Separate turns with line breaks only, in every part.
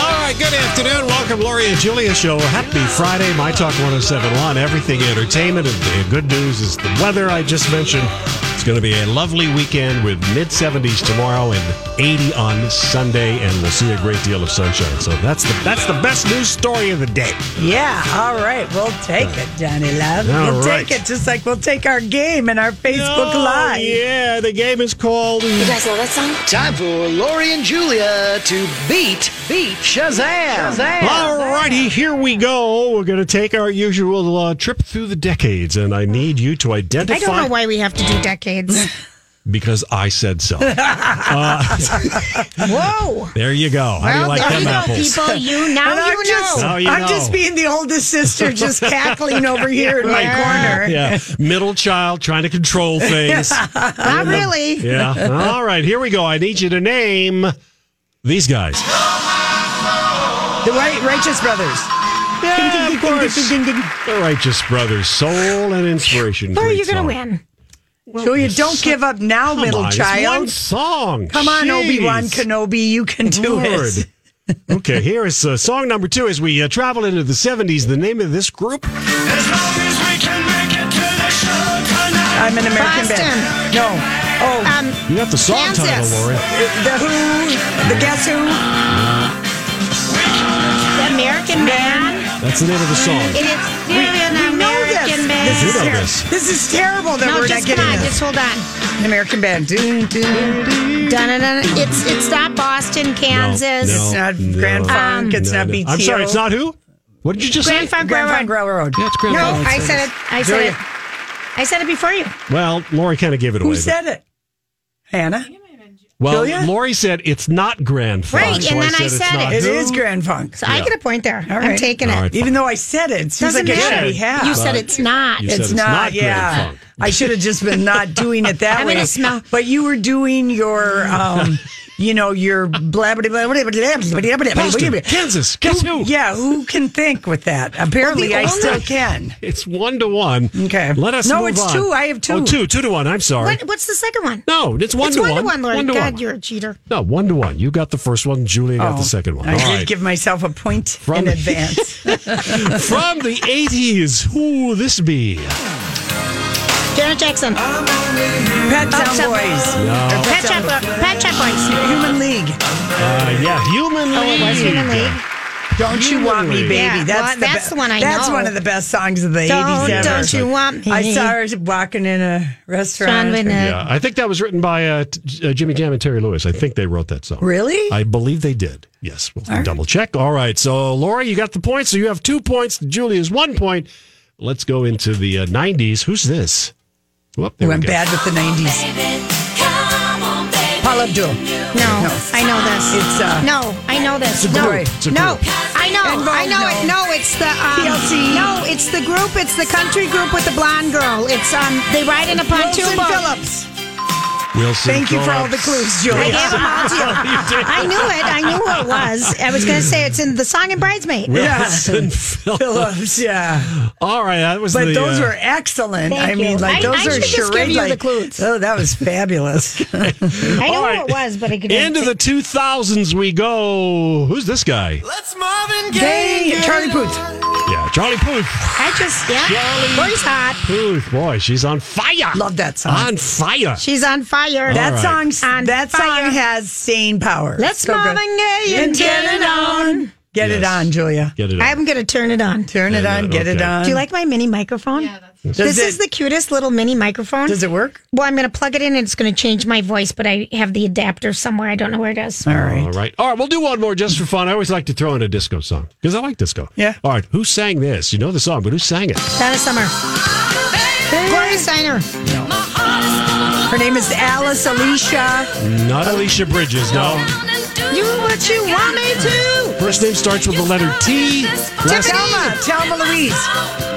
All right, good afternoon. Welcome, Lori and Julia Show. Happy Friday, My Talk 1071. Everything entertainment and the good news is the weather I just mentioned. It's going to be a lovely weekend with mid 70s tomorrow and 80 on Sunday, and we'll see a great deal of sunshine. So that's the that's the best news story of the day.
Yeah, all right. We'll take it, Johnny Love.
All
we'll
right.
take it just like we'll take our game and our Facebook
Oh,
Live.
Yeah, the game is called.
You guys know that song?
Time for Lori and Julia to beat beat Shazam. Shazam.
All righty, here we go. We're going to take our usual uh, trip through the decades, and I need you to identify.
I don't know why we have to do decades.
because I said so.
Whoa.
There you go. How do you
Well,
like
there
them
you go,
apples?
people. You now
And I'm
you
just,
know.
Now you
I'm
know.
just being the oldest sister, just cackling over here in my corner.
Yeah, middle child trying to control things.
Not really.
yeah. All right, here we go. I need you to name these guys.
The Right Righteous Brothers.
Yeah, of course. The Righteous Brothers, soul and inspiration.
Who are
Great
you going
song.
to win?
Julia, don't give up now,
Come
Oh, middle
on, it's
child.
one song.
Come on, Obi Wan Kenobi, you can do
Lord.
it.
okay, here is uh, song number two. As we uh, travel into the 70s, the name of this group
As long as we can make it to the show tonight.
I'm an American band. No. Oh,
Um,
You got the song
Kansas.
title, Lori.
the Who, the Guess Who.
the American man.
That's the name of the song.
It is still an
We know this.
American
You
man.
do know
ter-
this.
This is terrible that
No,
we're
just
not getting
come on.
this.
Just hold
Mm-hmm.
on.
An American band. Dun, dun, dun.
Dun, dun, dun. It's it's not Boston, Kansas.
no.
It's not
No. Um,
Grand Funk. It's not BTO.
I'm sorry, it's not who? What did you just
Grand
say?
Funk
Grand Funk
Railroad.
Railroad.
Yeah, it's Grand
No,
Funk.
I said it. I said
Julia.
it. I said it before you.
Well, Lori kind of gave it
Who
away. but-
said it? Hannah.
well,
Julia?
Lori said it's not Grand Funk.
Right,
so
and then I
it's
said
not
it.
It is
who.
Grand Funk.
So I get a point there.
All
I'm
right.
taking it.
All right.
Even though I said it, it seems
Doesn't
like it
matter.
should be half.
You said it's not.
You said it's not Grand Funk.
I should have just been not doing it that
I'm
way.
gonna smell-
But you were doing your, um, you know, your blah blah blah blah blah blah blah blah blah.
Boston,
blah.
Kansas, guess who?
Yeah, who can think with that? Apparently,
the
I still
only-
can.
It's one to one.
Okay.
Let us
No,
move
it's
on.
two. I have two.
Oh, two. Two to one. I'm sorry.
What, what's the second one?
No, it's one
it's
to
one,
one.
to one, Lori.
One to
God,
one.
you're a cheater.
No, one to one. You got the first one. Julia got the second one.
Oh. I
All
did
right.
give myself a point
From-
in advance.
From the 80s, who will this be?
Janet Jackson.
Oh,
Pet
Oh,
Sound
some-
Boys,
No.
Pet Shop Pet Shop Boys.
Human League.
Uh, yeah, Human
Oh, it was Human League.
Don't you want me, baby?
Yeah,
that's
well,
the
that's the one I
That's
know.
one of the best songs of the
Don't,
eighties ever.
don't you want me?
I saw her walking in a
John
restaurant.
with a-
Yeah, I think that was written by uh, t- uh, Jimmy Jam and Terry Lewis. I think they wrote that song.
Really?
I believe they did. Yes, we'll double check. All right, so Laura, you got the points. So you have two points. Julia's one point. Let's go into the uh, 90s. Who's this? Whoop, there we
Went
go.
bad with the nineties. Paula Abdul.
No,
No.
I know this.
It's, uh,
no, I know this.
a
no,
group. It's a
no,
group.
I know,
And Vogue,
I know it.
no.
No, it's the um,
TLC.
No, it's the group. It's the country group with the blonde girl. It's um, they ride in a
Wilson
pontoon boat.
Phillips.
Wilson
Thank you for all the
Phillips.
clues,
I
Julia.
gave them all to you. I knew it. I knew who it was. I was going to say it's in the song and bridesmaid.
Wilson Phillips.
Phillips, yeah.
All right, that was
But
the,
those
uh,
were excellent. I
Thank
mean,
you.
like
I-
those
I
are
should just give
charade.
you the
like,
clues.
Oh, that was fabulous.
I knew
all
who
right.
it was, but I could
Into the 2000s we go. Who's this guy?
Let's Marvin
Gay Charlie Puth.
Yeah, Charlie Puth.
I just, yeah.
Charlie
Boy's hot.
Puth, boy, she's on fire.
Love that song.
On fire.
She's on fire.
that
right.
song's
On
that
fire.
song has staying power.
Let's
So good.
Marvin Gaye and
And
get it on.
Get it
Yes.
on, Julia.
Get it on.
I'm going to turn it on.
Turn it
Yeah,
on. Get it
okay.
on.
Do you like my mini microphone? Yeah,
Does
that's this
it-
is the cutest little mini microphone.
Does it work?
Well, I'm going to plug it in and it's going to change my voice, but I have the adapter somewhere. I don't know where it is.
All right.
All right. All right. We'll do one more just for fun. I always like to throw in a disco song because I like disco.
Yeah.
All right. Who sang this? You know the song, but who sang it?
Donna Summer. Gloria Steiner.
Her name is Alice Alicia.
Not Alicia Bridges. No.
Do what you want me to.
First name starts with the letter T. Last
Telma. Telma Louise.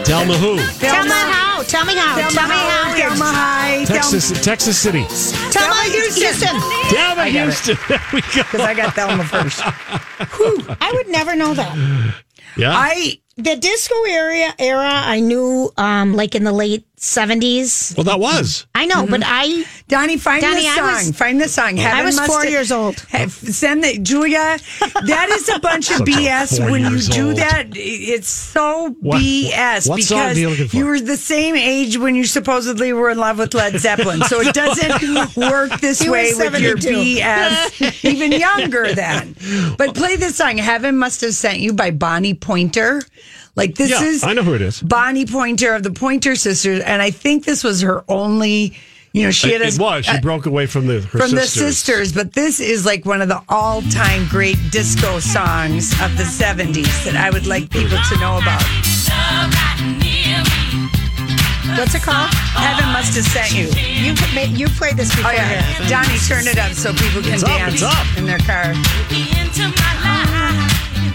Thelma who?
Tell me how. Tell me how. Tell me how.
Telma High.
Texas, Texas City.
Tell me
Houston.
Houston.
Thelma Houston. There we go.
Because I got Thelma first.
I would never know that.
Yeah.
I
The disco area era, I knew um, like in the late 70s.
well, that was.
I know, but I
Donnie, find
Donnie,
this
I
song.
was-
find this song. Heaven
was
must
four years old.
Have- Send the Julia. That is a bunch of
Such a
BS.
four
When you
years
do
old.
that, it's so
What-
BS
what
because
song are you looking for?
were the same age when you supposedly were in love with Led Zeppelin. So it doesn't work this
He was
way with your
72.
BS. Even younger then. But play this song. Heaven must have sent you by Bonnie Pointer. Like this
Yeah,
is
I know who it is.
Bonnie Pointer of the Pointer Sisters, and I think this was her only. You know, she
It,
had a,
it was. She
a-
broke away from the her
from
sisters.
the sisters, but this is like one of the all-time great disco songs of the '70s that I would like people to know about.
what's it called?
Heaven must have sent you.
You you played this before.
Oh yeah, Donnie, turn it up so people can
It's up,
dance
it's up.
in their car.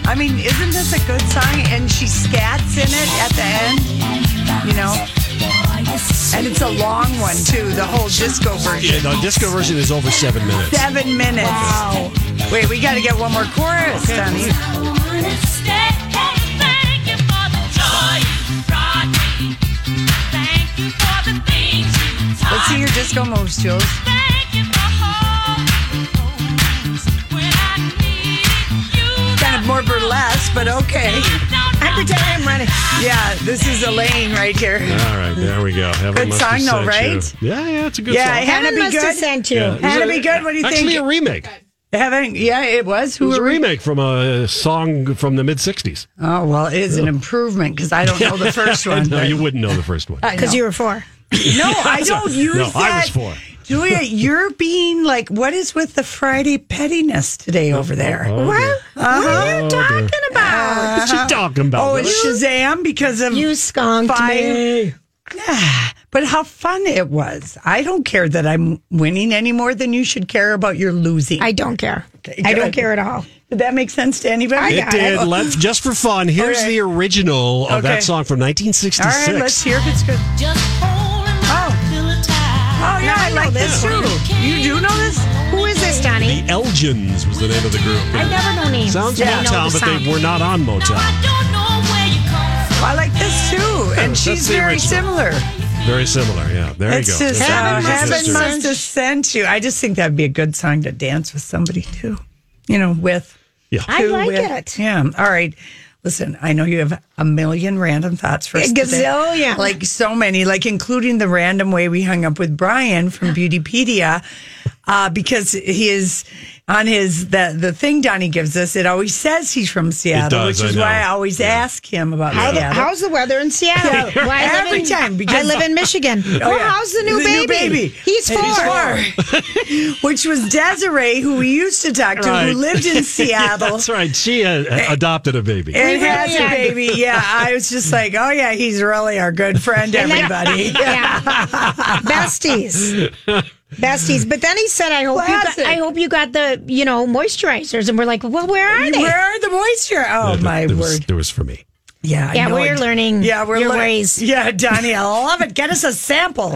I mean, isn't this a good song? And she scats in it at the end, you know. And it's a long one too. The whole disco version.
Yeah, the disco version is over seven minutes.
Seven minutes. Wow. Wait, we got to get one more chorus, Donnie. Let's see your disco moves, Jules. Kind of more burlesque, but okay.
I pretend I'm running.
Yeah, this is Elaine right here.
All right, there we go. Heaven
Good
must have
song, though,
sent you.
right?
Yeah, yeah, it's a good
Yeah,
song.
it had to
Heaven
be
must have
good.
sent you.
Yeah, it was
Had to
a-
be good. What do you
Actually,
think?
a remake.
Heaven, yeah, it was.
It
Who
was a
were we?
remake from a song from the mid '60s.
Oh well, it is an improvement because I don't know
Oh,
the first one.
no,
but-
you wouldn't know the first one.
I know.
Because Uh, you were four.
no, I don't use
No, I
that.
was four.
Julia, you're being like, what is with the Friday pettiness today over there?
Oh,
What? What are
Oh,
you
dear.
talking about?
What you talking about?
Oh, it's Shazam because of
You skunked
Fire.
me.
But how fun it was. I don't care that I'm winning any more than you should care about your losing.
I don't care.
Okay,
I
good.
don't care at all.
Did that make sense to anybody?
it did. Let's just for fun. Here's
Okay.
the original of
Okay.
that song from
All
1966.
right, let's hear if it's good. Oh, yeah, I like this too. You do know this?
Who is this, Donnie?
Elgins was the name of the group.
I never know names.
Sounds
I know
Motown,
the
but they
song.
were not on Motown.
I like this too. And
That's
she's
the
very
original.
similar.
Very similar. Yeah, there
it's
you go.
just
That's Elgins'
heaven,
Must Have
heaven
sister.
must have sent you. I just think that'd be a good song to dance with somebody too. You know, with.
I
to
like
with-
it.
Yeah. All right. Listen, I know you have a million random thoughts for us.
A
today.
gazillion.
Like so many, like including the random way we hung up with Brian from Beautypedia. Uh, because his on his the the thing Donnie gives us, it always says he's from Seattle,
does,
which is
I
why
know.
I always ask him about
How the-
Seattle.
how's the weather in Seattle? Well, I live
Every
in-
time, because-
I live in Michigan. Oh,
yeah.
how's the new
The
baby?
new baby.
He's four.
Which was Desiree, who we used to talk to,
Right.
who lived in
Yeah,
Seattle.
that's right. She uh, adopted a baby.
And
We really
has a
are.
baby. Yeah, I was just like, oh yeah, he's really our good friend, everybody.
Yeah. Besties. Besties. But then he said, I hope you
Classic.
got, I hope you got the, you know, moisturizers. And we're like, well, where are they?
Where are the moisture? Oh
Yeah, there-
my
there was-
word!
there was for me.
Yeah, I
Yeah,
know
we're
it.
learning
Yeah, we're
your
lear-
ways.
Yeah, Donnie, I love it. Get us a sample.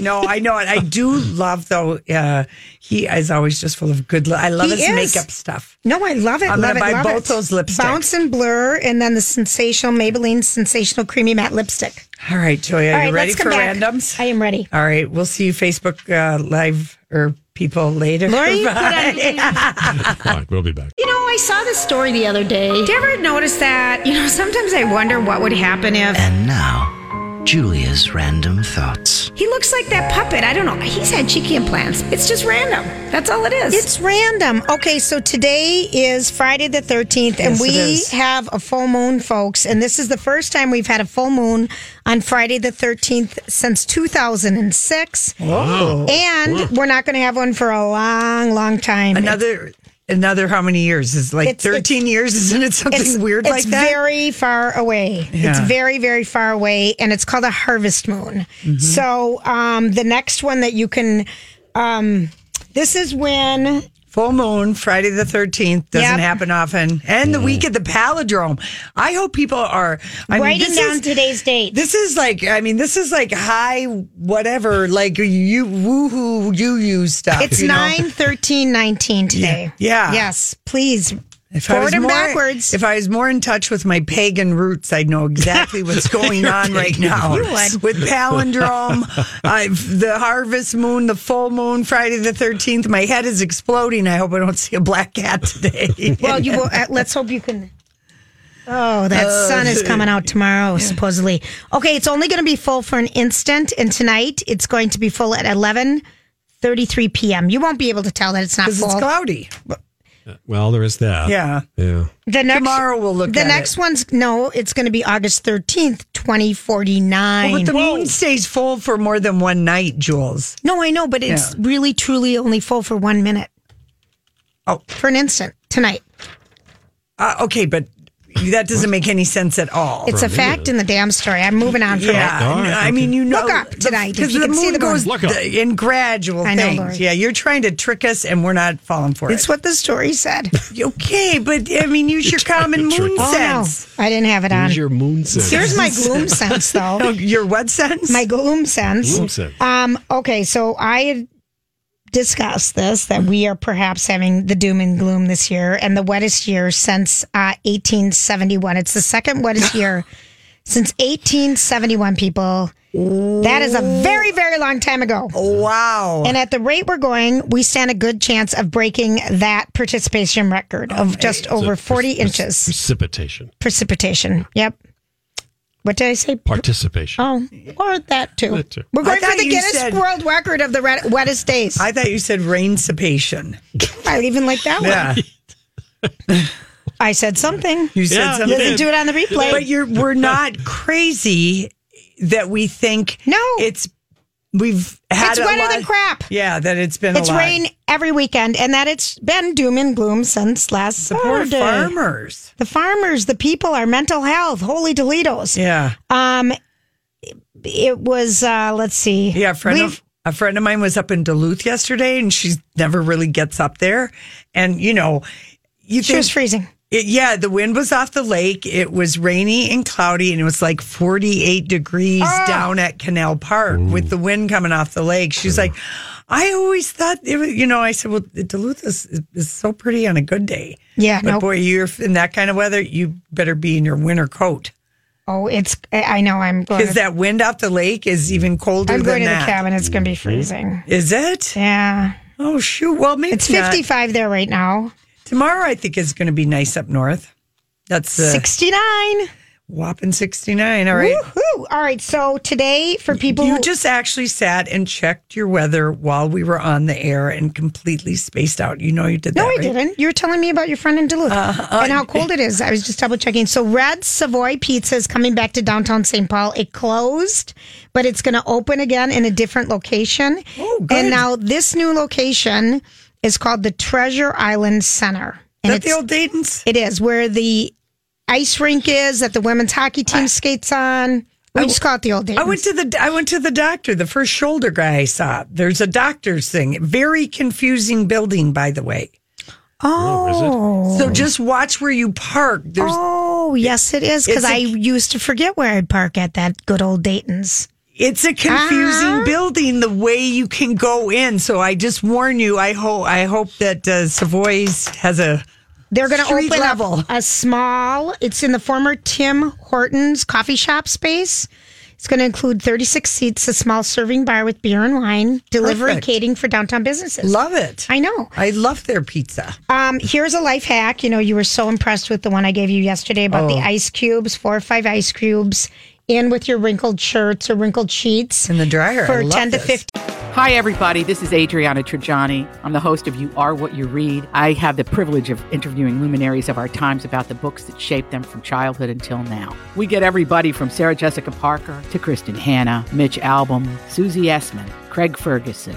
no, I know it. I do love though. Uh, he is always just full of good. Li- I love
He
his
is.
makeup stuff.
No, I love it.
I'm
love
gonna buy
it. love
both
it.
those lipsticks.
Bounce and Blur, and then the sensational Maybelline Sensational Creamy Matte Lipstick.
All right, Julia,
All
you
right,
ready
let's
for
come back.
randoms?
I am ready.
All right, we'll see you Facebook uh, live or people later.
Lori, put
Bye.
on-
All right, we'll be back.
You know, I saw this story the other day.
Do you ever notice that? You know, sometimes I wonder what would happen if
And now, Julia's random thoughts.
he looks like that puppet. I don't know. He's had cheeky implants. It's just random. That's all it is.
It's random. Okay, so today is Friday the 13th, and
Yes, it
we
is.
have a full moon, folks. And this is the first time we've had a full moon on Friday the 13th since 2006.
Oh,
Wow.
And we're not going to have one for a long, long time.
Another, another how many years? Is like
It's-
13 years? Isn't it something
it's
weird
it's
like that?
very far away. It's
Yeah.
very, very far away, and it's called a harvest moon.
Mm-hmm.
So um, the next one that you can, um, this is when
Full moon, Friday the 13th, doesn't
Yep.
happen often. And the week at the Palindrome. I hope people are I
writing
mean, this
down
is-
today's date.
This is like, I mean, this is like high whatever, like you woohoo you you stuff.
It's
you know?
9 13 19 today.
Yeah. Yeah.
Yes, please.
If I
forward
was
them
more-
backwards.
If I was more in touch with my pagan roots, I'd know exactly what's going on right now.
You would.
With palindrome, I've, the harvest moon, the full moon, Friday the 13th. My head is exploding. I hope I don't see a black cat today.
well, you will, uh, let's hope you can. Oh, that sun is coming out tomorrow, supposedly. Okay, it's only going to be full for an instant, and tonight it's going to be full at eleven thirty-three p.m. You won't be able to tell that it's not
'Cause
full.
it's cloudy.
Well, there is that.
Yeah.
Yeah.
the next,
Tomorrow we'll look
The
at it.
next one's, no, it's going to be August 13th, 2049.
Well, but the moon stays full for more than one night, Jules.
no, I know, but it's
Yeah.
really, truly only full for one minute.
Oh.
For an instant, tonight.
Uh, okay, but that doesn't make any sense at all.
Oh,
It's a fact in the damn story. I'm moving on from
yeah,
All right,
I
okay.
mean, you know,
Look up tonight if
because
you
the
can see
moon
the moon.
goes
Look up.
th- in gradual
I know,
things.
Lori.
yeah, you're trying to trick us, and we're not falling for
it. It's
it.
what the story said.
okay, but I mean, use your common
to trick
moon
us.
sense.
Oh, no. I didn't have it on.
Use your moon sense.
Here's my gloom sense,
Oh,
though.
your what sense?
My gloom sense.
Gloom sense.
Um, okay, so I had discussed this that we are perhaps having the doom and gloom this year and the wettest year since uh, 1871. It's the second wettest year since 1871, people. That is a very, very long time ago.
Oh. wow.
And at the rate we're going, we stand a good chance of breaking that participation record of just over 40 inches
Precipitation.
precipitation. Yep. What did I say?
Participation.
Oh, or that too.
That too.
We're going
I
for
thought
the
you
Guinness
said-
World Record of the red- wettest days. I,
I thought you said raincipation.
don't even like that one.
Yeah,
I said something.
you said
Yeah, you
something.
Listen to it on the replay.
But you're we're not crazy that we think
No.
it's we've had
Oh. it's
a
wetter
lot-
than crap.
Yeah, that it's been
It's
a lot.
rain every weekend, and that it's been doom and gloom since last
The poor
Saturday.
farmers.
The farmers, the people, our mental health, holy Toledo's.
Yeah.
Um, it was. Uh, let's see.
Yeah, a friend
We've-
of a friend of mine was up in Duluth yesterday, and she never really gets up there. And you know, you
She
think,
was freezing.
it, yeah, the wind was off the lake. It was rainy and cloudy, and it was like forty-eight degrees
Ah.
down at Canal Park with the wind coming off the lake. She's like, I always thought it was, you know. I said, well, Duluth is, is so pretty on a good day.
Yeah,
but
no.
boy, you're in that kind of weather. You better be in your winter coat
Oh, it's. I I know. I'm going.
because
To,
that wind off the lake is even colder
Oh, I'm going to
than
the
that.
cabin. It's going to be
Mm-hmm.
freezing.
Is it?
Yeah.
Oh shoot! Well, maybe
It's
not.
55 there right now.
Tomorrow, I think is going to be nice up north. That's the
69.
whopping sixty-nine. All right.
Woohoo. All right. So today, for people
You
who-
just actually sat and checked your weather while we were on the air and completely spaced out. You know you did that.
No, I
right? Uh-huh. Oh,
didn't. You were telling me about your friend in Duluth and how cold it is. I was just double checking. So, Red Savoy Pizza is coming back to downtown St. Paul. It closed, but it's going to open again in a different location.
Oh, good.
And now, this new location is called the Treasure Island Center.
Is
And
that the
it's-
old Dayton's?
It is where the ice rink is that the women's hockey team skates on. We just call it the old days.
I went to the I went to the doctor. The first shoulder guy I saw. There's a doctor's thing. Very confusing building, by the way.
oh,
So just watch where you park. There's
oh, yes, it is because
It's a-
I used to forget where I'd park at that good old Dayton's.
It's a confusing
Uh-huh.
building the way you can go in. So I just warn you. I hope I hope that uh, Savoy's has a
They're going to
Street
open
level.
up a small. It's in the former Tim Hortons coffee shop space. It's going to include 36 seats, a small serving bar with beer and wine, delivery
Perfect.
catering for downtown businesses.
Love it.
I know.
I love their pizza.
Um, here's a life hack. You know, you were so impressed with the one I gave you yesterday about the
Oh.
ice cubes, four or five ice cubes, in with your wrinkled shirts or wrinkled sheets
In the dryer. I
for
love
10 to
this.
15.
Hi, everybody. This is Adriana Trajani. I'm the host of You Are What You Read. I have the privilege of interviewing luminaries of our times about the books that shaped them from childhood until now. We get everybody from Sarah Jessica Parker to Kristen Hanna, Mitch Albom, Susie Essman, Craig Ferguson,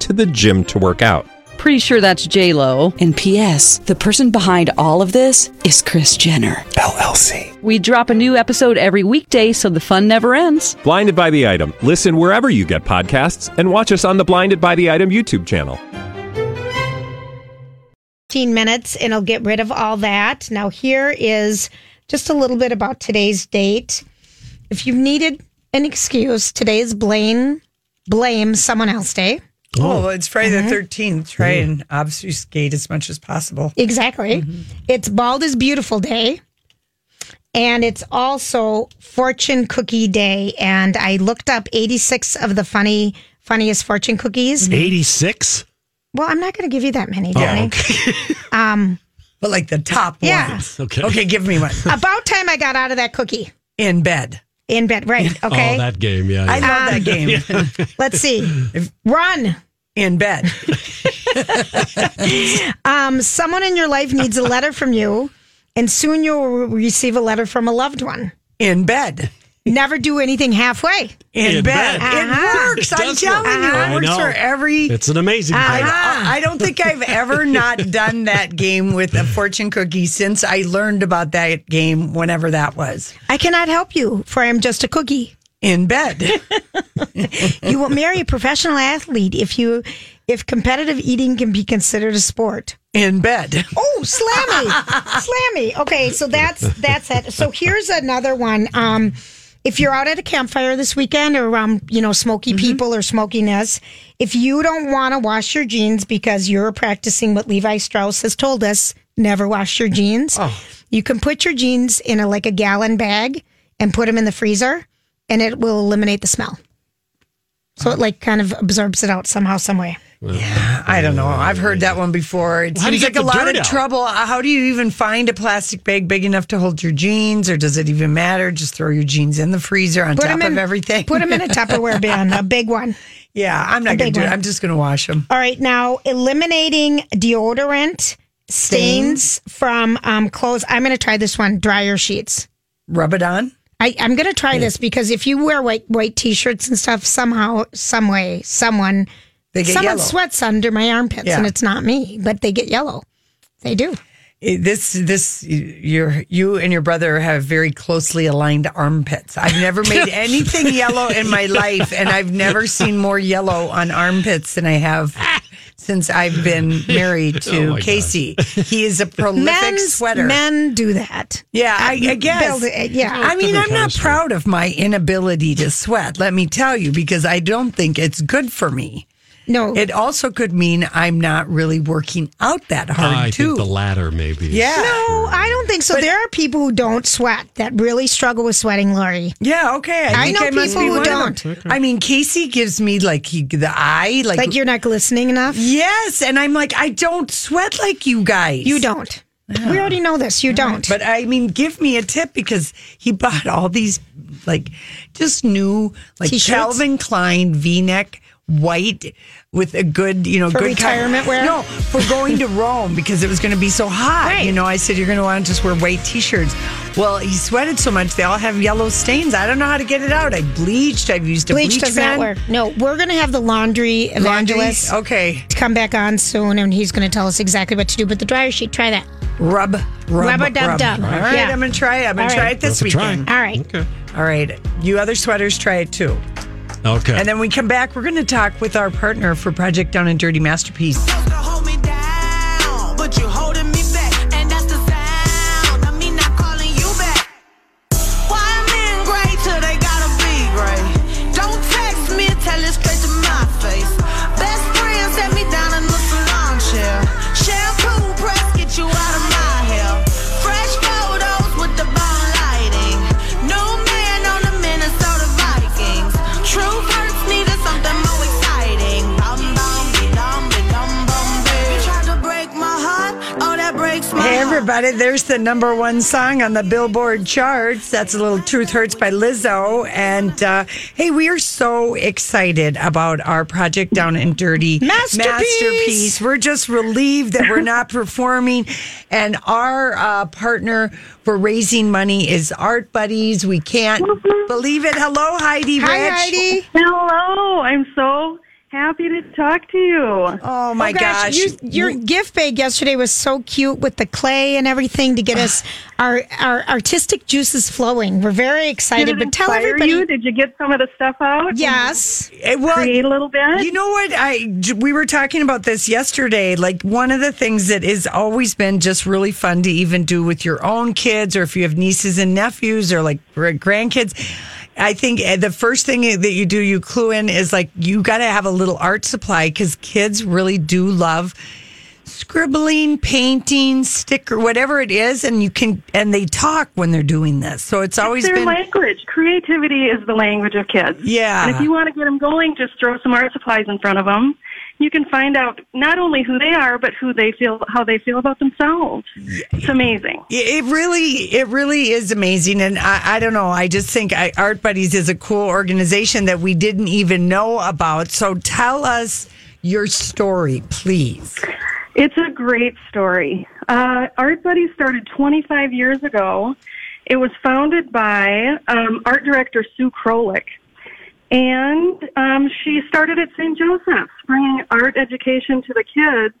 to the gym to work out.
Pretty sure that's J Lo.
And P.S. The person behind all of this is Chris Jenner.
LLC.
We drop a new episode every weekday, so the fun never ends.
Blinded by the item. Listen wherever you get podcasts, and watch us on the Blinded by the Item YouTube channel.
15 minutes and it'll get rid of all that. Now, here is just a little bit about today's date. If you've needed an excuse, today is blame, blame someone else day.
Oh, well, it's Friday the 13th. Try and obfuscate as much as possible.
Exactly.
Mm-hmm.
It's Bald is Beautiful Day. And it's also Fortune Cookie Day. And I looked up 86 of the funny, funniest fortune cookies.
86?
Well, I'm not going to give you that many, Johnny.
Oh, okay.
But like the top
Yeah.
ones.
Okay.
Okay, give me one.
About time I got out of that cookie
In bed.
in bed. Right. Okay.
Oh, that game, yeah.
I
yeah.
love that game.
Let's see. Run.
In bed.
Um, someone in your life needs a letter from you, and soon you'll receive a letter from a loved one.
In bed.
Never do anything halfway.
In,
In bed.
bed.
Uh-huh.
It works.
It
I'm
does
telling
work.
you. It
I
works
know.
for every.
It's an amazing
I,
game.
I don't think I've ever not done that game with a fortune cookie since I learned about that game whenever that was.
I cannot help you, for I'm just a cookie.
In bed.
You will marry a professional athlete if you if competitive eating can be considered a sport.
In bed.
Oh, slammy, slammy. Okay, so that's that's it. So here's another one. Um, if you're out at a campfire this weekend or around, you know, smoky
Mm-hmm.
people or smokiness, if you don't want to wash your jeans because you're practicing what Levi Strauss has told us, never wash your jeans.
Oh.
You can put your jeans in a like a gallon bag and put them in the freezer, and it will eliminate the smell. So it like kind of absorbs it out somehow, some way.
I don't know. I've heard that one before. It
How do you
seems like
get
a
the
lot
dirt
of
out?
trouble. Uh, How do you even find a plastic bag big enough to hold your jeans, or does it even matter? Just throw your jeans in the freezer on top
'em
of everything.
Put them in a Tupperware bin, a big one.
yeah, I'm not
a
going
big
to do it.
one.
I'm just going to wash them.
All right, now eliminating deodorant stains from um, clothes. I'm going to try this one: dryer sheets.
Rub it on.
I, I'm going to try this because if you wear white white t-shirts and stuff, somehow, some way, someone
They get
someone
yellow.
sweats under my armpits,
Yeah.
and it's not me, but they get yellow. They do.
Eh, This, this, your, you and your brother have very closely aligned armpits. I've never made anything yellow in my life, and I've never seen more yellow on armpits than I have since I've been married
Oh,
to
my gosh.
Casey. He is a prolific
Men's-
sweater.
Men do that.
Yeah, I, I guess.
uh,
Build it, yeah.
I mean, I'm not
Different
proud of my inability to sweat, let me tell you, because I don't think it's good for me.
No,
It also could mean I'm not really working out that hard,
I
too.
think the latter maybe. is-
yeah.
no, I don't think so. there are people who don't sweat that really struggle with sweating, Lori.
Yeah, okay. I,
I
think
know
I must
people
be
who
one of them. I mean, Casey gives me like he, the eye, like,
Like you're not glistening enough.
yes, and I'm like, I don't sweat like you guys.
You don't. We already know this. You don't.
But I mean, give me a tip because he bought all these like just new like
T-shirts?
Calvin Klein V-neck white with a good you know
For
good
retirement wear?
No, for going to Rome because it was going to be so hot. You know, I said you're going to want to just wear white T-shirts. Well, he sweated so much; they all have yellow stains. I don't know how to get it out. I bleached. I've used a bleach,
Bleach does not
pen.
work. No, we're going to have the laundry
Laundry? Oh.
evangelist
Okay,
come back on soon, and he's going to tell us exactly what to do. But the dryer sheet, try that.
rub, rub,
Rub-a-dub-dub.
All right,
Yeah.
I'm gonna try it. I'm gonna
All
try
right.
it this
Worth a try.
weekend.
All right.
Okay.
All right, you other sweaters, try it too.
Okay.
And then we come back, we're going to talk with our partner for Project Down and Dirty Masterpiece.
But you holding me back, and that's the sound of me not calling you back. Why men great till they gotta be great? Don't text me, tell it straight to my face. Best friend set me down in the salon chair. Shampoo press get you out of my hair. Fresh photos with the bomb lighting. New man on the Minnesota Vikings. True hurts needed something more exciting. Bum bum be dum be dum bum be. You tried to break my heart, oh that breaks my
Hey, everybody, there's the number one song on the Billboard charts. That's a little Truth Hurts by Lizzo. And uh, hey, we are so excited about our Project Down and Dirty
Masterpiece.
masterpiece. We're just relieved that we're not performing. And our uh, partner for raising money is Art Buddies. We can't believe it. Hello, Heidi.
Hi,
Rich. Oh,
Heidi.
Hello. I'm so happy to talk to you.
Oh my gosh.
you- your gift bag yesterday was so cute with the clay and everything to get us our our artistic juices flowing. We're very excited.
Did it
but tell
inspire
everybody,
you? Did you get some of the stuff out?
yes,
Eh, well,
Create a little bit?
You know what? I j- we were talking about this yesterday. Like one of the things that has always been just really fun to even do with your own kids, or if you have nieces and nephews, or like gr- grandkids. I think eh, the first thing that you do, you clue in, is like you got to have a little art supply because kids really do love scribbling, painting, sticker, whatever it is, and you can and they talk when they're doing this. So it's always
Their
been
language. Creativity is the language of kids.
Yeah.
And if you want to get them going, just throw some art supplies in front of them. You can find out not only who they are, but who they feel, how they feel about themselves. It's amazing.
It it really, it really is amazing, and I, I don't know. I just think I, Art Buddies is a cool organization that we didn't even know about. So tell us your story, please.
It's a great story. Uh, Art Buddy started 25 years ago. It was founded by um, art director Sue Krolik. And um, she started at St. Joseph's, bringing art education to the kids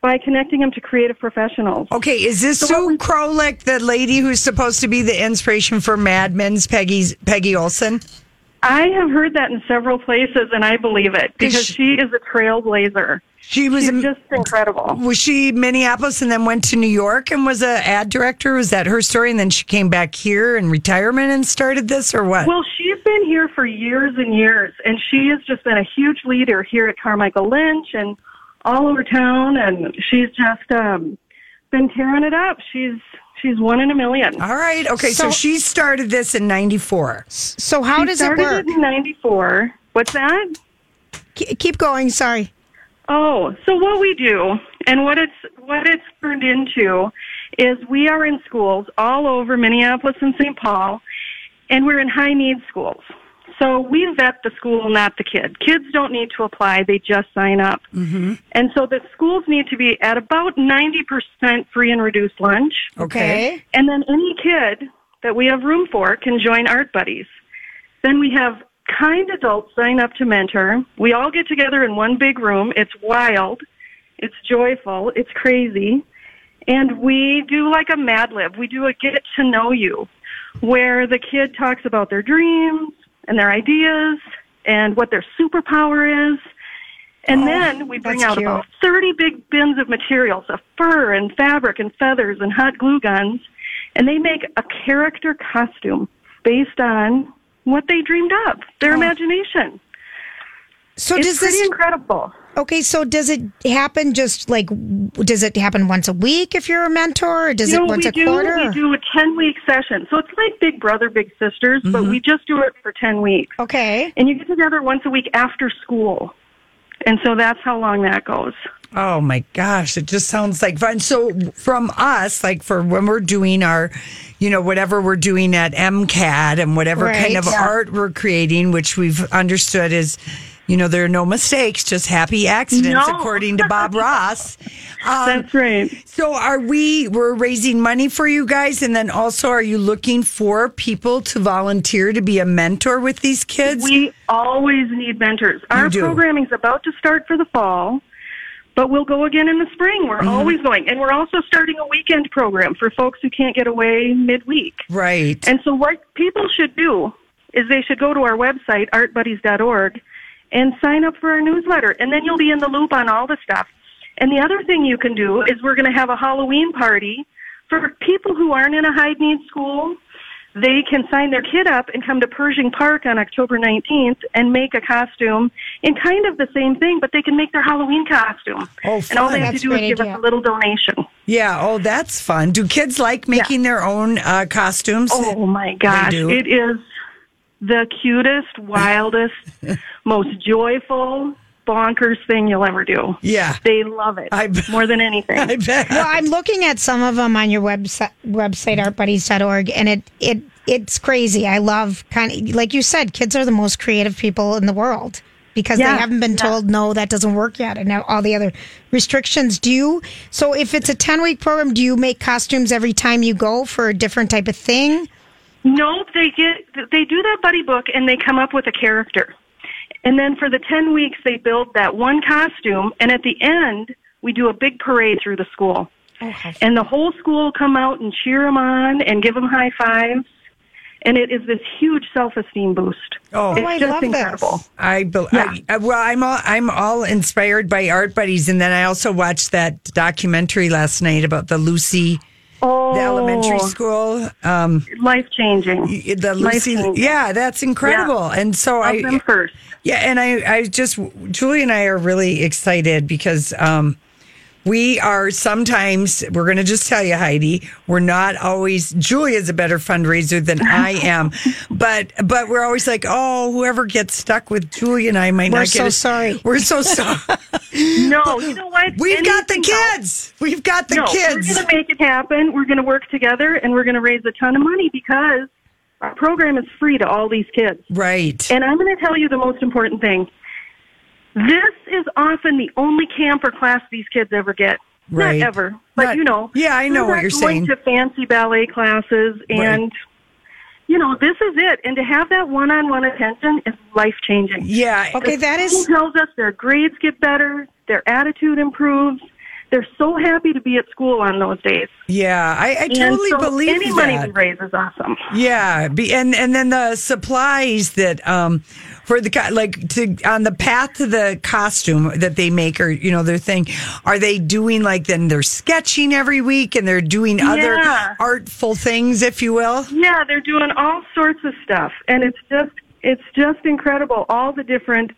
by connecting them to creative professionals.
Okay, is this Sue Krolik, the lady who's supposed to be the inspiration for Mad Men's Peggy's Peggy Olson?
I have heard that in several places, and I believe it because she is a trailblazer.
She was
She's
a-
just incredible.
Was she Minneapolis and then went to New York and was a ad director? Was that her story? And then she came back here in retirement and started this, or what?
Well, she's been here for years and years, and she has just been a huge leader here at Carmichael Lynch and all over town. And she's just um, been tearing it up. She's she's one in a million.
All right. Okay. so
So-
she started this in '94.
So how
she
does it
started
work?
in '94. What's that?
Ke- Keep going. Sorry.
Oh, so what we do and what it's what it's turned into is we are in schools all over Minneapolis and St. Paul, and we're in high need schools. So we vet the school, not the kid. Kids don't need to apply; they just sign up. Mm-hmm. And so the schools need to be at about ninety percent free and reduced lunch,
Okay.
and then any kid that we have room for can join Art Buddies. Then we have kind adults sign up to mentor. We all get together in one big room. It's wild. It's joyful. It's crazy. And we do like a Mad Lib. We do a get to know you where the kid talks about their dreams and their ideas and what their superpower is. And then we bring
Oh, that's
out
cute.
about 30 big bins of materials of fur and fabric and feathers and hot glue guns. And they make a character costume based on what they dreamed up, their imagination.
So
it's
does
pretty
Oh. this?
incredible.
Okay. So does it happen just like? w- Does it happen once a week if you're a mentor? Or does
No,
it once
we
a
do,
quarter?
We do a 10 week session. So it's like Big Brother, Big Sisters,
Mm-hmm.
but we just do it for 10 weeks.
Okay.
And you get together once a week after school. And so that's how long that goes.
Oh my gosh, it just sounds like fun. So from us, like for when we're doing our, you know, whatever we're doing at MCAD and whatever
Right,
kind of
yeah.
art we're creating, which we've understood is, you know, there are no mistakes, just happy accidents,
No.
according to Bob Ross.
Uh,
Um,
That's right.
So are we? We're raising money for you guys, and then also, are you looking for people to volunteer to be a mentor with these kids?
We always need mentors. Our
do.
programming's about to start for the fall, but we'll go again in the spring.
Mm-hmm.
We're always going. And we're also starting a weekend program for folks who can't get away midweek.
right.
And so, what people should do is they should go to our website, artbuddies.org, and sign up for our newsletter. And then you'll be in the loop on all the stuff. And the other thing you can do is we're going to have a Halloween party for people who aren't in a high need school. They can sign their kid up and come to Pershing Park on October 19th and make a costume in kind of the same thing, but they can make their Halloween costume.
Oh,
and all they
fun.
have
That's
to do
a
is
great
give
idea.
us a little donation.
Yeah. Oh, that's fun. Do kids like making their own uh, costumes? Oh
my gosh,
They do.
it is the cutest, wildest, most joyful, bonkers thing you'll ever do.
Yeah.
They love it more than anything. I
bet.
Well, I'm looking at some of them on your website, website artbuddies.org, and it it it's crazy. I love kind of like you said, kids are the most creative people in the world because
Yeah,
they haven't been told no, that doesn't work yet, and now all the other restrictions. Do you? So, if it's a ten week program, do you make costumes every time you go for a different type of thing?
Nope, they get they do that buddy book and they come up with a character. And then for the 10 weeks they build that one costume and at the end we do a big parade through the school. And the whole school will come out and cheer them on and give them high fives. And it is this huge self-esteem boost.
Oh,
it's just incredible.
I, bel I well, I'm all I'm all inspired by Art Buddies, and then I also watched that documentary last night about the Lucy,
Oh,
the elementary school, um,
life changing.
The Lucy,
Life-changing.
yeah, that's incredible.
Yeah.
And so
Love
I
them first.
yeah, and I I just Julie and I are really excited because. Um, we are sometimes, we're going to just tell you, Heidi, we're not always, Julia's a better fundraiser than I am, but, but we're always like, oh, whoever gets stuck with Julia and I might
We're
not get
so
it.
sorry.
We're so sorry.
No, you know what?
We've got the kids. We've got the
no,
kids.
We're going to make it happen. We're going to work together and we're going to raise a ton of money because our program is free to all these kids.
Right.
And I'm going to tell you the most important thing. This is often the only camp or class these kids ever get.
Right.
Not ever, but you know.
yeah, I know
they're
what
not
you're saying.
going To fancy ballet classes and. You know, this is it, and to have that one-on-one attention is life changing.
Yeah.
Okay, that is-
School tells us their grades get better, their attitude improves. They're so happy to be at school on those days.
Yeah, I, I
And
totally
so
believe
any
that.
money we raise is awesome.
Yeah, be, and and then the supplies that um for the co- like to on the path to the costume that they make or you know their thing are they doing like then they're sketching every week and they're doing
Yeah.
other artful things if you will.
Yeah, they're doing all sorts of stuff, and it's just it's just incredible all the different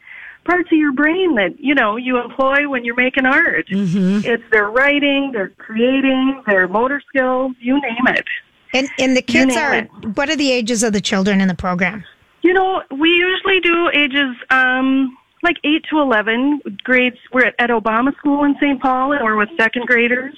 parts of your brain that you know you employ when you're making art. It's their writing, their creating, their motor skills, you name it.
And and the
You
kids
name
are
it.
what are the ages of the children in the program?
You know, we usually do ages um, like 8 to 11 grades. We're at, at Obama School in St. Paul, and we're with second graders.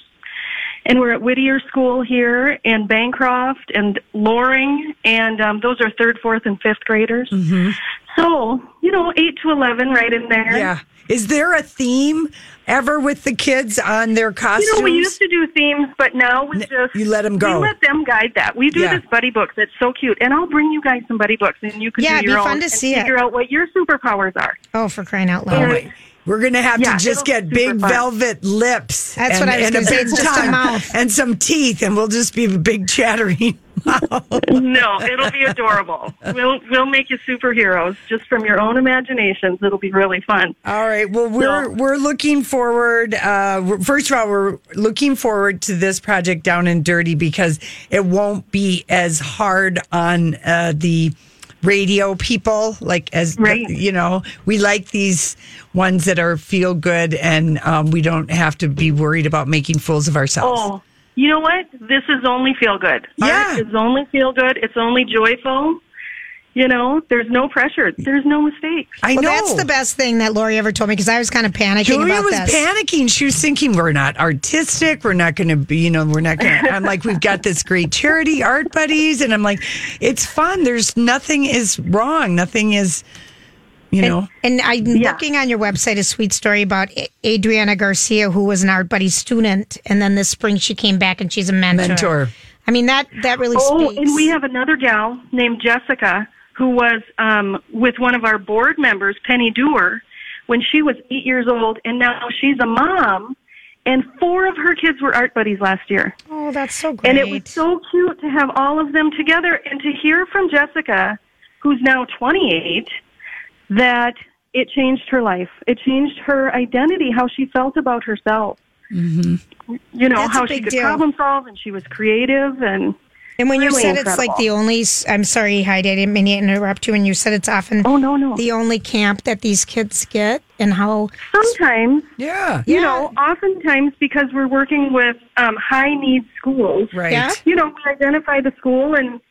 And we're at Whittier School here, and Bancroft, and Loring, and um, those are third, fourth, and fifth graders.
Mm-hmm.
So, you know, 8 to 11 right in there.
Yeah. Is there a theme ever with the kids on their costumes?
You know, we used to do themes, but now we just
you let 'em go.
We let them guide that. We do
Yeah.
this buddy book that's so cute, and I'll bring you guys some buddy books, and you can
Yeah, it'd
do
be
your
fun
own
to
and
see it.
figure out what your superpowers are.
Oh, for crying out
Oh
loud!
my- We're gonna have to
Yeah,
just
it'll
get
be
big
super fun.
velvet lips. and,
That's what I was
and a
gonna say,
big
it's just a
tongue
mouth.
and some teeth, and we'll just be a big chattering.
no, it'll be adorable. We'll we'll make you superheroes just from your own imaginations. It'll be really fun.
All right. Well, we're we're looking forward. Uh, we're- first of all, we're looking forward to this project down and dirty because it won't be as hard on uh, the radio people. Like as you know, we like these ones that are feel good, and um, we don't have to be worried about making fools of ourselves.
Oh, you know what? This is only feel good. Yeah, Art is only feel good. It's only joyful. You know, there's no pressure. There's no mistakes.
well, that's the best thing that Lori ever told me because I was kind of panicking
Julia
about
was
this.
panicking. She was thinking, "We're not artistic. We're not going to be. You know, we're not going." to I'm like, "We've got this great charity, Art Buddies," and I'm like, "It's fun. There's nothing is wrong. Nothing is, you
And-
know."
And, I'm looking on your website a sweet story about A- Adriana Garcia, who was an art buddy student, and then this spring she came back and she's a mentor.
Mentor.
I mean that that really
oh,
speaks.
and we have another gal named Jessica who was um, with one of our board members, Penny Dewar, when she was eight years old, and now she's a mom. And four of her kids were art buddies last year.
Oh, that's so great.
And it was so cute to have all of them together and to hear from Jessica, who's now 28, that it changed her life. It changed her identity, how she felt about herself. You know,
That's a
how she
big
could
deal.
problem solve and she was creative and.
And when you
really
said it's like the
incredible.
only, I'm sorry, Heidi, I didn't mean to interrupt you. And you said it's often,
oh no, no,
the only camp that these kids get, and how
sometimes,
yeah,
You know, oftentimes because we're working with um, high need schools,
Right. Yeah.
You know, we identify the school and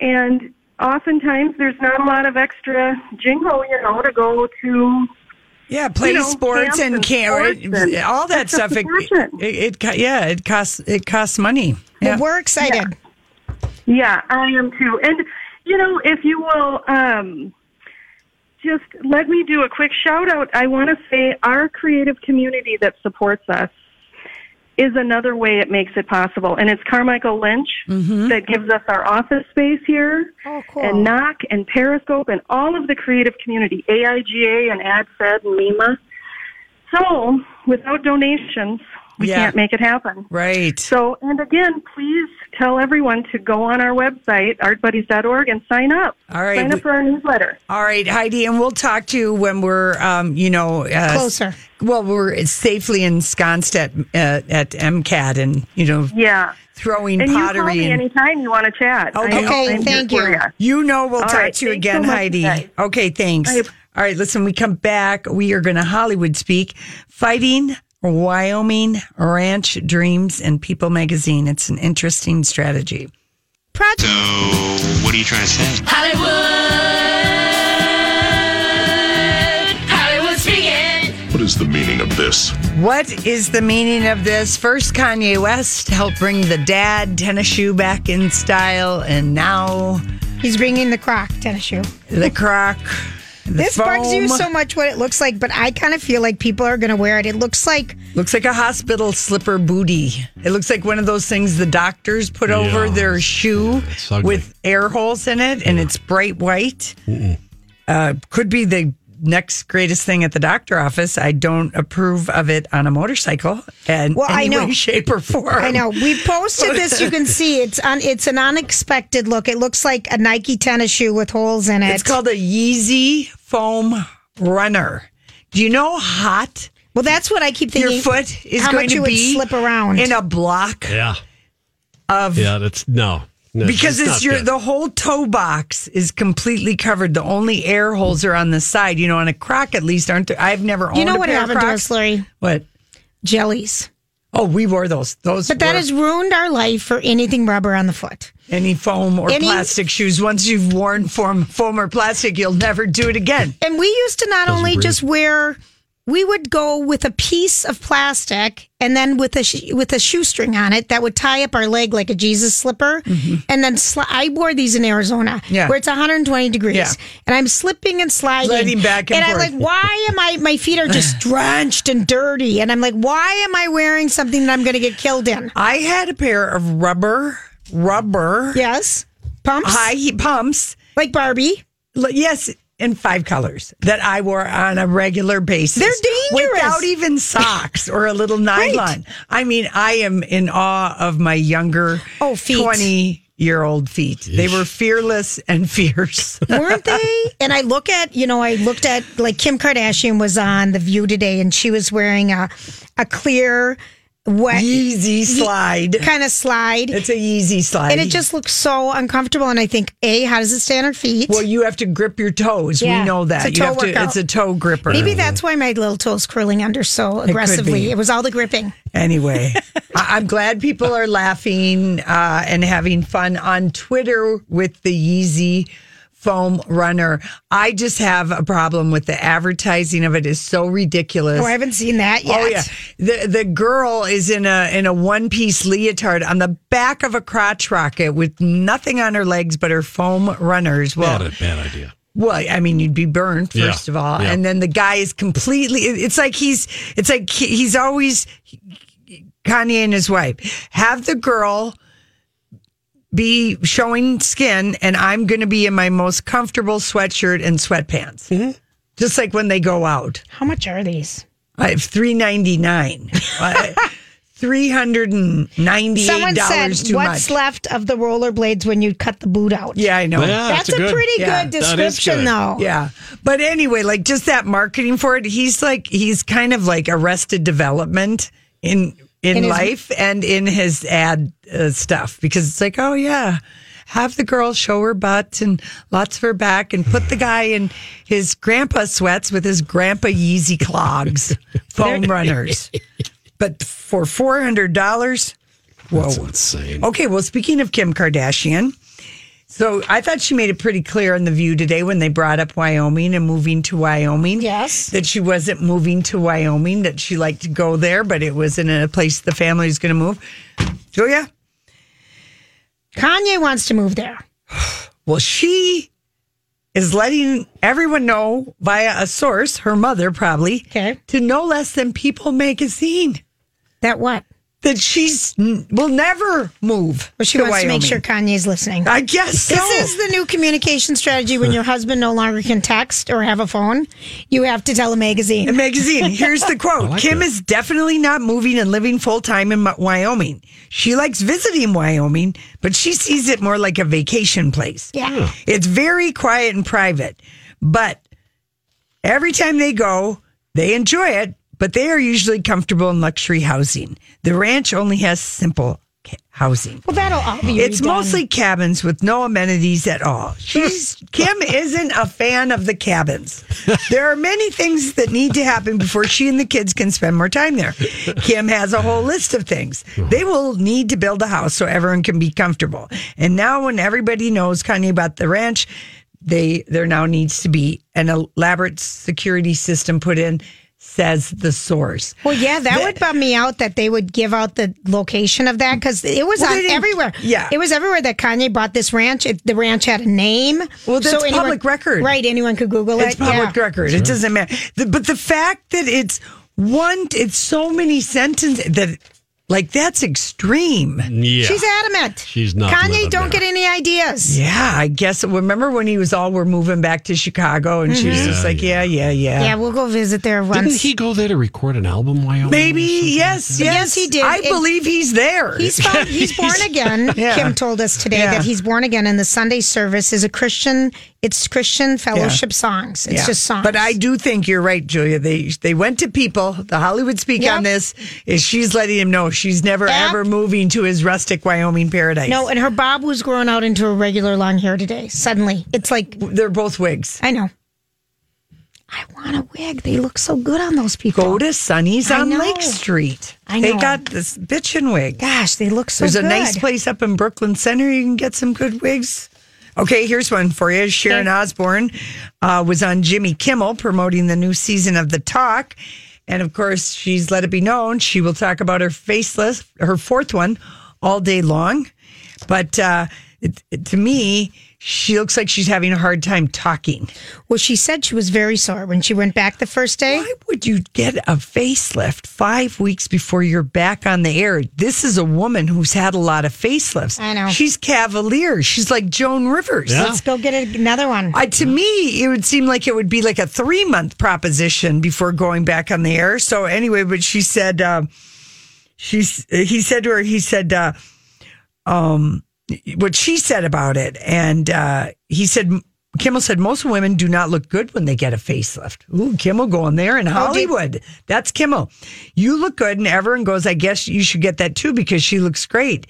and oftentimes there's not a lot of extra jingle, you know, to go to.
Yeah, play
you know,
sports
camps
and, care,
sports and-
all that
That's
stuff. It,
unfortunate.
it, it co- yeah, it costs it costs money. Yeah.
we're excited.
Yeah, I am too. And you know, if you will um just let me do a quick shout out. I want to say our creative community that supports us is another way it makes it possible. And it's Carmichael Lynch
Mm-hmm.
that gives us our office space here.
Oh,
And Knock and Periscope and all of the creative community, AIGA and AdFed and MEMA. So without donations, we
Yeah.
can't make it happen.
Right.
So, and again, please tell everyone to go on our website, artbuddies.org, and sign up.
All right.
Sign up for our newsletter.
All right, Heidi, and we'll talk to you when we're, um, you know, uh,
Closer.
Well, we're safely ensconced at uh, at MCAT, and you know,
Yeah.
throwing
and
pottery
you call me
and-
anytime you want to chat. I am-
Okay,
I'm
thank
here for
you.
ya.
You know, we'll
All
talk
right,
to you
thanks so
again,
much,
Heidi.
guys.
Okay, thanks.
I-
All right, listen, we come back. We are going to Hollywood speak, fighting Wyoming ranch dreams and People magazine. It's an interesting strategy.
So, what are you trying to say?
Hollywood, Hollywood speaking.
What is the meaning of this?
What is the meaning of this? First, Kanye West helped bring the dad tennis shoe back in style, and now
he's bringing the croc tennis shoe.
The croc. the
this bugs you
foam.
so much what it looks like, but I kind of feel like people are going to wear it. It looks like
Looks like a hospital slipper booty. It looks like one of those things the doctors put over their shoe
ugly.
with air holes in it, and it's bright white. Uh, could be the next greatest thing at the doctor office. I don't approve of it on a motorcycle and
Well, I
any
know.
way, shape, or form.
I know. We posted this. You can see it's on. It's an unexpected look. It looks like a Nike tennis shoe with holes in it.
It's called a Yeezy foam runner. Do you know how hot?
Well, that's what I keep thinking.
Your foot is
how
going
much
to
you
be
would slip around
in a block
Yeah.
of
Yeah, that's no. No,
because it's
not
your
good.
the whole toe box is completely covered. The only air holes are on the side. You know, on a croc at least aren't there? I've never owned.
You know
a
what
pair of
happened to
Crocs.
us, Lori?
What?
Jellies.
Oh, we wore those. Those.
But that
were
has ruined our life for anything rubber on the foot.
any foam or
Any-
plastic shoes. Once you've worn foam, foam or plastic, you'll never do it again.
And we used to not only just wear, we would go with a piece of plastic and then with a sh- with a shoestring on it that would tie up our leg like a Jesus slipper. And then sli- I wore these in Arizona
Mm-hmm. Yeah.
where it's 120 degrees,
Yeah.
and I'm slipping and sliding,
Sliding back and
I'm
forth.
like, why am I? My feet are just drenched and dirty, and I'm like, why am I wearing something that I'm going to get killed in?
I had a pair of rubber, rubber
Yes, pumps
high he- pumps.
like Barbie.
L- Yes. In five colors that I wore on a regular basis.
They're dangerous.
Without even socks or a little nylon. I mean, I am in awe of my younger
Oh, feet.
20 year old feet. They were fearless and fierce.
weren't they? And I look at, you know, I looked at like Kim Kardashian was on The View today and she was wearing a, a clear, wet,
Yeezy slide.
kind of slide.
It's a Yeezy slide.
and it just looks so uncomfortable. And I think, A, how does it stay on her feet?
Well, you have to grip your toes.
Yeah.
We know that.
It's a
you
toe
have to,
workout.
it's a toe gripper.
Maybe that's why my little toe's curling under so aggressively.
be.
It, was all the gripping.
Anyway, I- I'm glad people are laughing uh, and having fun on Twitter with the Yeezy foam runner. I just have a problem with the advertising of it is so ridiculous.
Oh, I haven't seen that yet.
Oh yeah, the the girl is in a in a one piece leotard on the back of a crotch rocket with nothing on her legs but her foam runners. Well,
bad, bad idea.
well, I mean, you'd be burned
Yeah,
first of all,
yeah.
and then the guy is completely. it- It's like he's. It's like he- he's always Kanye and his wife have the girl be showing skin, and I'm going to be in my most comfortable sweatshirt and sweatpants,
Mm-hmm.
just like when they go out.
How much are these?
I have three ninety nine. Uh, three hundred and ninety
Someone said,
dollars too
"What's
much.
left of the rollerblades when you cut the boot out?"
Yeah, Oh, I know.
that's, a, pretty good description, though.
Yeah, but anyway, like just that marketing for it. He's like he's kind of like arrested development in in,
In his-
life and in his ad uh, stuff because it's like, oh yeah, have the girl show her butt and lots of her back, and put the guy in his grandpa sweats with his grandpa Yeezy clogs, foam runners. But for four hundred dollars, whoa,
That's insane.
Okay, well, speaking of Kim Kardashian, so I thought she made it pretty clear on the View today when they brought up Wyoming and moving to Wyoming. Yes, that she wasn't moving to Wyoming; that she liked to go there, but it was in a place the family was going to move. Julia,
Kanye wants to move there.
well, she is letting everyone know via a source, her mother probably, to no less than People Magazine.
That what?
That she's n- will never move.
But she wants to make sure Kanye's listening.
I guess so.
This is the new communication strategy when your husband no longer can text or have a phone. You have to tell a magazine.
A magazine. Here's the quote Kim is definitely not moving and living full time in Mi- Wyoming. She likes visiting Wyoming, but she sees it more like a vacation place.
Yeah. Yeah.
It's very quiet and private, but every time they go, they enjoy it, but they are usually comfortable in luxury housing. The ranch only has simple ca- housing.
Well, that'll all be
It's
redone.
mostly cabins with no amenities at all. She's Kim isn't a fan of the cabins. There are many things that need to happen before she and the kids can spend more time there. Kim has a whole list of things. They will need to build a house so everyone can be comfortable. And now when everybody knows Kanye about the ranch, they there now needs to be an elaborate security system put in, says the source.
Well, yeah, that would bum me out that they would give out the location of that because it was
Well, they
on
didn't-
everywhere.
yeah.
it was everywhere that Kanye bought this ranch. It, the ranch had a name.
Well, that's public record.
right? Anyone could Google
It's
it.
public
yeah.
record. It doesn't matter. The- but the fact that it's one, it's so many sentences that, like, that's extreme.
Yeah.
She's adamant.
She's not living
Kanye, don't
there.
get any ideas.
Yeah, I guess. Remember when he was all, we're moving back to Chicago? And she was
Mhm.
just
Yeah,
like, Mm-hmm. yeah, yeah, yeah.
Yeah. we'll go visit there once.
Didn't he go there to record an album, Wyoming?
Maybe, yes, yes,
Yes, he did.
I
It-
believe he's there.
He's found, he's born again.
Yeah.
Kim told us today
Yeah.
that he's born again, and the Sunday service is a Christian. It's Christian fellowship songs. It's
Yeah.
just songs.
But I do think you're right, Julia. They they went to people. The Hollywood speak
Yeah.
on this is she's letting him know she's never
Yeah.
ever moving to his rustic Wyoming paradise.
no, and her bob was growing out into a regular long hair today. Suddenly, it's like
they're both wigs.
I know. I want a wig. They look so good on those people.
Go to Sunny's
I
on
know.
Lake Street.
I
They
know.
got this bitchin' wig.
Gosh, they look so
There's a
good.
nice place up in Brooklyn Center. You can get some good wigs. Okay, here's one for you. Sharon Osbourne uh, was on Jimmy Kimmel promoting the new season of The Talk. And of course, she's let it be known she will talk about her faceless, her fourth one, all day long. But uh, it, it- to me, she looks like she's having a hard time talking.
Well, she said she was very sore when she went back the first day.
Why would you get a facelift five weeks before you're back on the air? This is a woman who's had a lot of facelifts.
I know.
She's cavalier. She's like Joan Rivers.
Yeah.
Let's go get another one.
I, to me, it would seem like it would be like a three month proposition before going back on the air. So anyway, but she said, uh, she's he said to her, he said, uh, um, what she said about it, and uh, he said. Kimmel said most women do not look good when they get a facelift. Ooh, Kimmel going there in Hollywood. That's Kimmel. You look good, and everyone goes, I guess you should get that too because she looks great.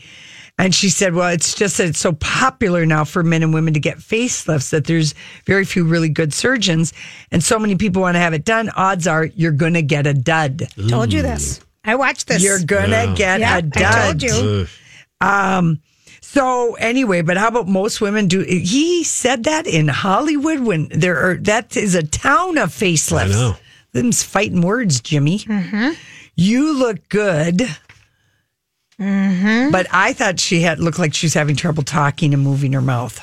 And she said, Well, it's just that it's so popular now for men and women to get facelifts that there's very few really good surgeons. And so many people want to have it done. Odds are you're going to get a dud.
told you this. I watched this.
You're going
Yeah.
to get
Yeah,
a dud.
I
Oh,
told you.
Um, so anyway, but how about most women do? He said that in Hollywood when there are that is a town of facelifts.
I know.
Them's fighting words, Jimmy.
Mm-hmm.
You look good,
Mm-hmm.
but I thought she had looked like she's having trouble talking and moving her mouth.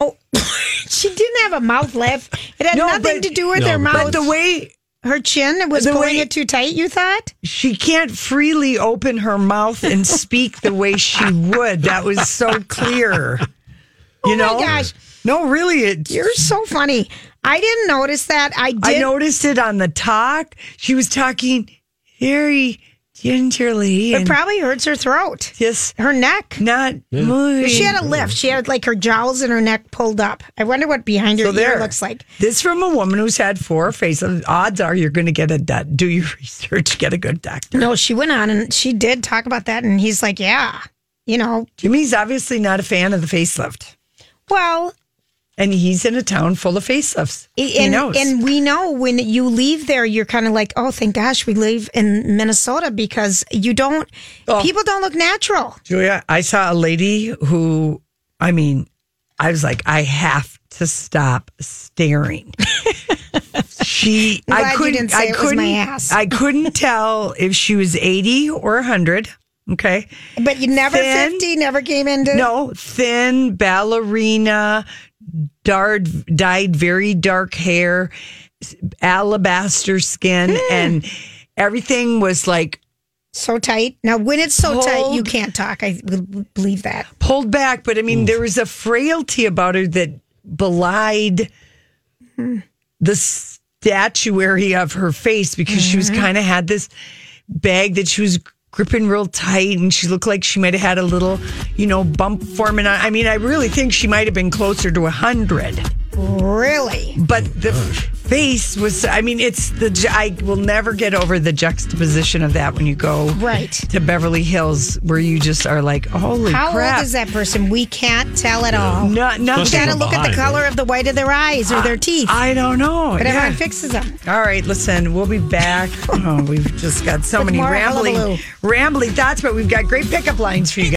Oh, she didn't have a mouth lift. It had
No,
nothing
but-
to do with
No,
her
but-
mouth.
But the way
her chin was
the
pulling
way-
it too tight. You thought?
she can't freely open her mouth and speak the way she would, that was so clear. You
oh
know?
my gosh,
No, really, it,
you're so funny. I didn't notice that. I did.
I noticed it on the talk. She was talking very Gingerly.
It probably hurts her throat.
Yes.
Her neck.
Not moving.
She had a lift. She had like her jowls and her neck pulled up. I wonder what behind her
So
ear
there.
looks like.
This from a woman who's had four faces. Odds are you're going to get a do- do your research, get a good doctor.
No, she went on and she did talk about that. And he's like, yeah, you know,
Jimmy's obviously not a fan of the facelift,
well,
and he's in a town full of facelifts. he
and,
knows.
and we know when you leave there, you're kind of like, oh, thank gosh we live in Minnesota because you don't,
Oh.
people don't look natural.
Julia, I saw a lady who, I mean, I was like, I have to stop staring. she,
I'm glad
I
you
couldn't,
didn't say
I
it was my
couldn't,
ass.
I couldn't tell if she was eighty or hundred. Okay,
but you never 50, never came into.
no thin ballerina, dyed dyed very dark hair, s- alabaster skin,
Hmm.
and everything was like
So tight. Now, when it's so tight, you
Hold.
can't talk. I will believe that.
pulled back, but I
Mm.
mean, there was a frailty about her that belied the statuary of her face because she was
Mm-hmm.
kind of had this bag that she was gripping real tight and she looked like she might have had a little, you know, bump forming. on- I mean, I really think she might have been closer to 100.
Really?
But the
Oh
face was, I mean, it's the, ju- I will never get over the juxtaposition of that when you go
Right.
to Beverly Hills where you just are like, holy
How
crap.
old is that person? We can't tell at all.
No, no.
You gotta look at the color of the white of their eyes or their teeth.
I don't know.
But everyone
Yeah.
fixes them.
All right, listen, we'll be back. Oh, we've just got so
With
many
more
rambling,
hullabaloo.
rambling thoughts, but we've got great pickup lines for you guys.